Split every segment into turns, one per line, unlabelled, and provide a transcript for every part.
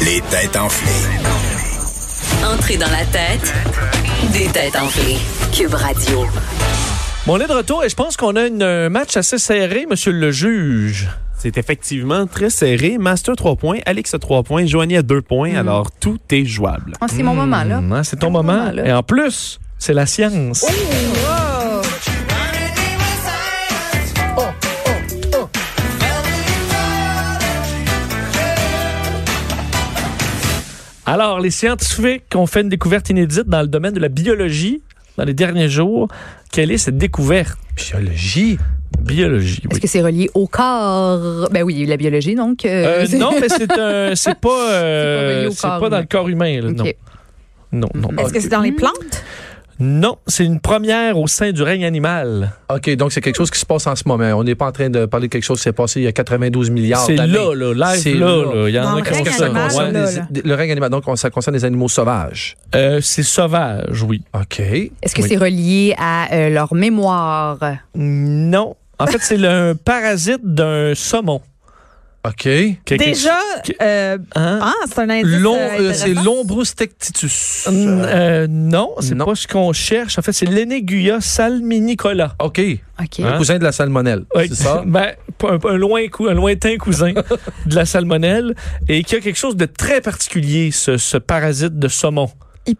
Les têtes enflées.
Entrez dans la tête des têtes enflées. Cube Radio.
Bon, on est de retour et je pense qu'on a une- un match assez serré, monsieur le juge.
C'est effectivement très serré. Master 3 points, Alex a 3 points, Joanie a 2 points. Alors, tout est jouable.
Oh, c'est mon moment, là.
Hum, hein, Oh! c'est ton moment.
moment-là.
et en plus, c'est la science. Alors, les scientifiques ont fait une découverte inédite dans le domaine de la biologie dans les derniers jours. Quelle est cette découverte? Biologie? Biologie, oui.
Est-ce que c'est relié au corps? Ben oui, la biologie, donc. euh,
Euh,
c'est-
non, mais c'est un- c'est pas, euh,
relié au
c'est
corps
pas dans
humain.
le corps humain, là,
Ok.
non. Non, non, non.
Est-ce que c'est dans les plantes?
Non, c'est une première au sein du règne animal.
OK, donc c'est quelque chose qui se passe en ce moment. On n'est pas en train de parler de quelque chose qui s'est passé il y a 92 milliards
C'est
d'années.
là, là,
C'est
live là, là. Il y en
Dans
a
le
qui
règne
font ça.
animal,
ouais.
là.
Des- des- le règne animal, donc on- ça concerne les animaux sauvages.
Euh, c'est sauvage, oui.
OK.
Est-ce que
Oui.
c'est relié à euh, leur mémoire?
Euh,
Non. En fait, c'est le un parasite d'un saumon.
OK.
Quelque-
Déjà, euh,
Hein?
ah, c'est un indice.
L'om-
euh,
euh, c'est
intéressant.
l'ombrustectitus.
N- euh, non, c'est
Non.
pas ce qu'on cherche. En fait, c'est l'Eneguia salminicola.
OK.
OK.
Hein?
Le cousin de la salmonelle.
Ouais,
C'est ça?
ben, un, un loin cou- un lointain cousin de la salmonelle et qui a quelque chose de très particulier, ce, ce parasite de saumon.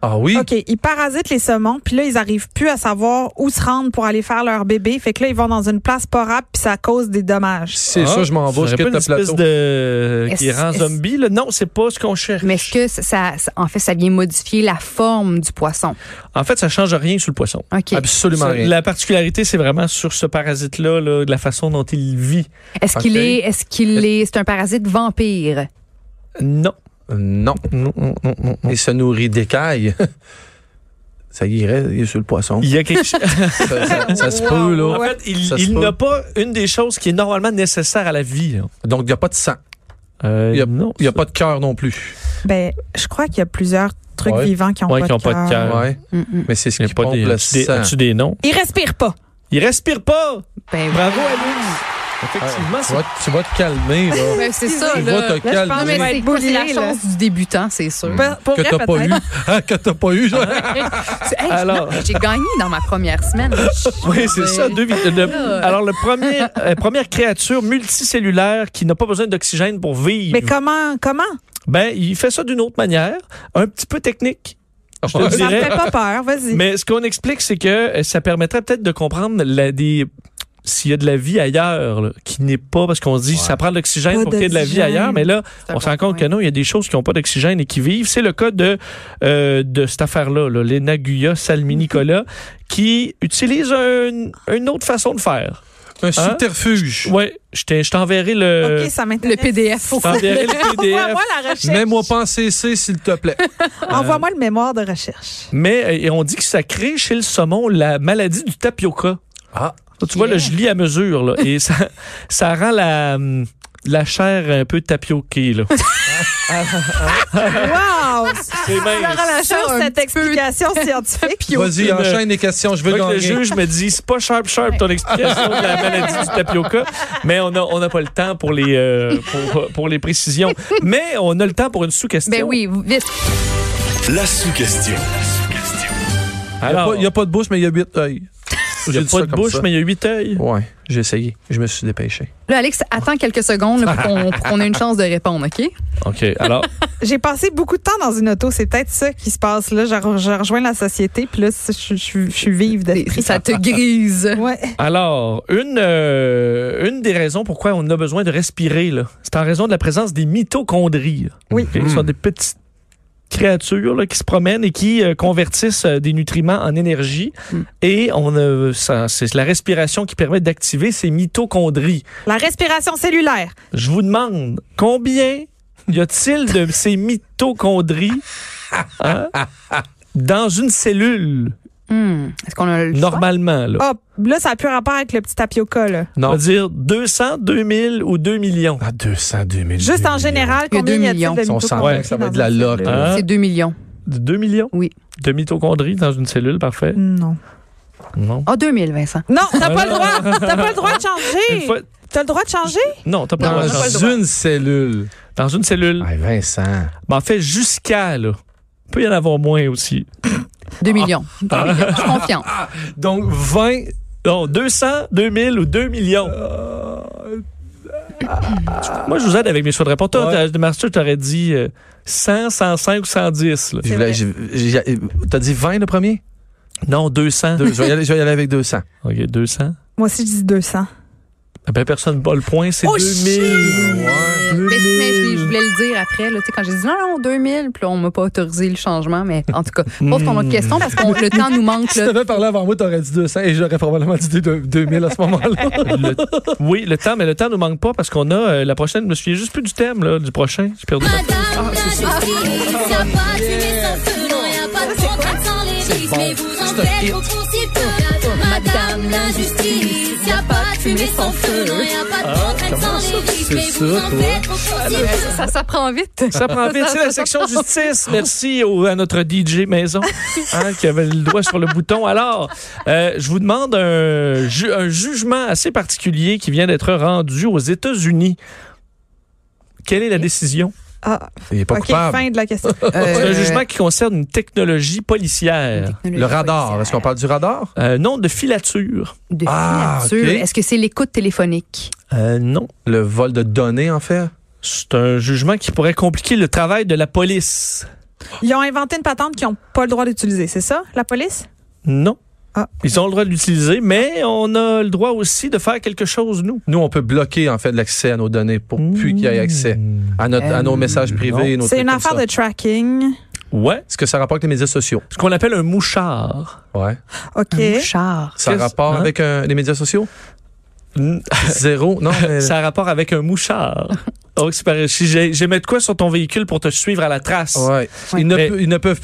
Ah oui?
OK, ils parasitent les saumons, puis là, ils arrivent plus à savoir où se rendre pour aller faire leur bébé. Fait que là, ils vont dans une place pas rap, puis ça cause des dommages.
C'est
Ah,
ça, je m'en vais, je
serait
quitte
pas
le
une espèce
plateau.
de qui
Est-ce-
rend
est-ce-
zombie. Là. Non, c'est pas ce qu'on cherche.
Mais est-ce que ça, ça- ça- en fait, ça vient modifier la forme du poisson?
En fait, ça change rien sur le poisson.
OK.
Absolument
Ça-
rien.
La particularité, c'est vraiment sur ce parasite-là, là, de la façon dont il vit.
Est-ce qu'il
OK.
est, est-ce qu'il est, c'est un parasite vampire?
Non.
Non.
Non, non, non, non, non.
Il se nourrit d'écailles. ça irait, il est sur le poisson.
Il y a quelque chose.
ça, ça- ça se peut, là.
En fait, il,
Ça se
il
peut.
n'a pas une des choses qui est normalement nécessaire à la vie. là.
Donc, il n'y a pas de sang.
Euh,
Il y a-
non.
Il n'y a pas de cœur non plus.
Ben, je crois qu'il y a plusieurs trucs
Ouais.
vivants qui ont
Ouais,
pas,
qui ont
de cœur.
cœur. Euh,
Ouais.
Mm, mm.
Mais c'est ce
Il y a
qui
pas
pompe
des,
le
as-tu des-
sang.
as-tu des noms?
Ils respirent pas.
Il respire pas!
Ben,
Bravo, Aloise!
Ouais.
Effectivement,
tu,
c'est
vas, tu vas te calmer, là.
ben, c'est ça,
tu
là.
vas te
Là, je
Non,
pense
mais
calmer.
va
c'est
être
quoi, c'est la
brûlé, là. Ben,
chance du débutant, c'est sûr.
Pour- pour
Que
vrai,
t'as pas eu.
peut-être.
Ah, que t'as pas eu, genre.
C'est- hey, je-
Alors-
non, J'ai gagné dans ma première semaine.
Oui, c'est ça. deux vit- le-
Là.
alors, le premier, euh, première créature multicellulaire qui n'a pas besoin d'oxygène pour vivre,
Mais comment? Comment?
ben, il fait ça d'une autre manière, un petit peu technique. Je te le
Ça me
dirais.
fait pas peur, vas-y.
Mais ce qu'on explique, c'est que euh, ça permettrait peut-être de comprendre la, des s'il y a de la vie ailleurs, là, qui n'est pas parce qu'on se dit ça prend de l'oxygène
Pas
pour qu'il y ait de la vie
d'oxygène.
ailleurs, mais là,
C'est un
on se rend
bon
compte que
point.
non, il y a des choses qui n'ont pas d'oxygène et qui vivent. C'est le cas de, euh, de cette affaire-là, là, l'Enaguya salminicola, qui utilise un- une autre façon de faire.
Un subterfuge.
Ouais, je t'ai- je t'enverrai euh, le.
OK, ça
Le
m'intéresse.
PDF.
je t'enverrai le PDF.
Envoie-moi la recherche.
Mets-moi pas en CC, s'il te plaît.
Envoie-moi le mémoire de recherche.
Mais euh, et on dit que ça crée chez le saumon la maladie du tapioca.
Ah.
Ça, tu vois, là, je lis à mesure, là, et ça, ça rend la, hum, la chair un peu tapioquée, là.
Wow!
C'est mince.
Sur
un
cette explication scientifique,
Vas-y,
aucune-
enchaîne les questions, je veux
Fait que le
gagner.
juge me dit, c'est pas sharp, sharp ton explication de la maladie du tapioca, mais on n'a on a pas le temps pour les, euh, pour, pour les précisions. Mais on a le temps pour une sous-question.
Ben oui, vite.
La sous-question.
Il n'y a,
Alors,
pas- il y a pas de bouche, mais il y a huit œils.
il y a pas de bouche, mais il y a huit œils.
Ouais, j'ai essayé. Je me suis dépêché.
Là, Alex, attends quelques secondes là, pour qu'on- pour qu'on ait une chance de répondre, OK?
OK, alors,
j'ai passé beaucoup de temps dans une auto. C'est peut-être ça qui se passe là. Je, re- je rejoins la société, puis là, je, je- je- je suis vive d'esprit.
Ça te grise.
Ouais.
Alors, une, euh, une des raisons pourquoi on a besoin de respirer, là, c'est en raison de la présence des mitochondries.
Oui. Mm.
Ok, Ce sont des petites créatures là, qui se promènent et qui euh, convertissent euh, des nutriments en énergie.
Mm.
Et on a- ça- c'est la respiration qui permet d'activer ces mitochondries.
La respiration cellulaire.
Je vous demande, combien y a-t-il de ces mitochondries hein, dans une cellule,
Hmm. Est-ce qu'on a le choix?
normalement? Là?
Ah, là, ça n'a plus rapport avec le petit tapioca. Là.
On va
Non.
dire 200, 2000 ou 2 millions.
Ah, 202 000.
Juste en général,
Il y a
combien
deux
y a-t-il
millions.
de
Ils sont cent,
mitochondries
ouais, ça va
dans
être de la
une
lotte.
cellule?
Hein?
C'est 2 millions.
2 millions?
Oui.
De mitochondries dans une cellule, parfait.
Non.
Non.
Ah, 2000, Vincent.
Non, t'as pas le droit. T'as pas le droit de
Une
changer.
fois-
T'as le droit de changer?
Non, t'as pas
Non,
le droit de
on n'a pas le
changer.
Dans une cellule.
dans une cellule.
Ah, Vincent.
Ben, en fait, jusqu'à, là. Il peut y en avoir moins aussi.
2 millions. Ah. Deux millions. Je suis confiante.
Donc, 20.
Non, 200, 2000 ou 2 millions. Moi, je vous aide avec mes choix de réponse. Toi,
Ouais.
t'as- de Master, tu aurais dit euh, 100, 105 ou 110. là.
Je voulais- j'ai- j'ai- T'as dit 20 le premier?
Non, 200.
Deux. je, vais y aller, je vais y aller avec 200.
OK, 200.
Moi aussi, je dis 200.
Ah Ben, personne bat le point, c'est
Oh,
2000.
Mais, mais je, je voulais le dire après, là, tu sais, quand j'ai dit non, non, 2000, puis là, on m'a pas autorisé le changement, mais en tout cas, pose ton
Hmm.
autre question parce que le temps nous manque.
Si
Là.
t'avais parlé avant moi, t'aurais dit 200 et j'aurais probablement dit 2000 à ce moment-là.
Le- oui, le temps, mais le temps nous manque pas parce qu'on a euh, la prochaine. Je me souviens juste plus du thème là, du prochain. J'ai perdu. la-
Ah, Madame l'injustice, y a pas de fumée sans feu, non, y a pas de contrainte sans les risques, mais vous en faites au possible.
Ça s'apprend vite.
Ça prend vite, c'est la section justice. Merci au- à notre DJ Maison hein, qui avait le doigt sur le bouton. Alors, euh, je vous demande un, ju- un jugement assez particulier qui vient d'être rendu aux États-Unis. Quelle est la décision?
Ah,
Il est pas
OK,
coupable.
fin de Euh, la question.
C'est un jugement qui concerne une technologie policière.
Le radar. Est-ce qu'on parle du radar?
Euh, non, de filature.
de
Ah,
filature?
ok.
Est-ce que c'est l'écoute téléphonique?
Euh, non.
Le vol de données, en fait?
C'est un jugement qui pourrait compliquer le travail de la police.
Ils ont inventé une patente qu'ils n'ont pas le droit d'utiliser, c'est ça, la police?
Non.
Ah.
Ils ont le droit de l'utiliser, mais on a le droit aussi de faire quelque chose, nous.
Nous, on peut bloquer, en fait, l'accès à nos données pour plus qu'il y ait accès
Hmm.
à, notre, à nos messages privés. et nos
Euh, C'est
trucs
une
comme
affaire
ça.
de tracking.
Ouais.
Est-ce que ça rapporte les médias sociaux?
Ce qu'on appelle un mouchard.
Ouais.
OK.
Un char.
Ça a
Qu'est-ce-
rapport
hein?
avec euh, les médias sociaux?
N-
Zéro. Non, mais-
Ça a rapport avec un mouchard. Oh, Donc, c'est pareil. Si j'ai j'ai mis de quoi sur ton véhicule pour te suivre à la trace.
Ouais. Ils, ne
Mais-
pe- ils ne peuvent plus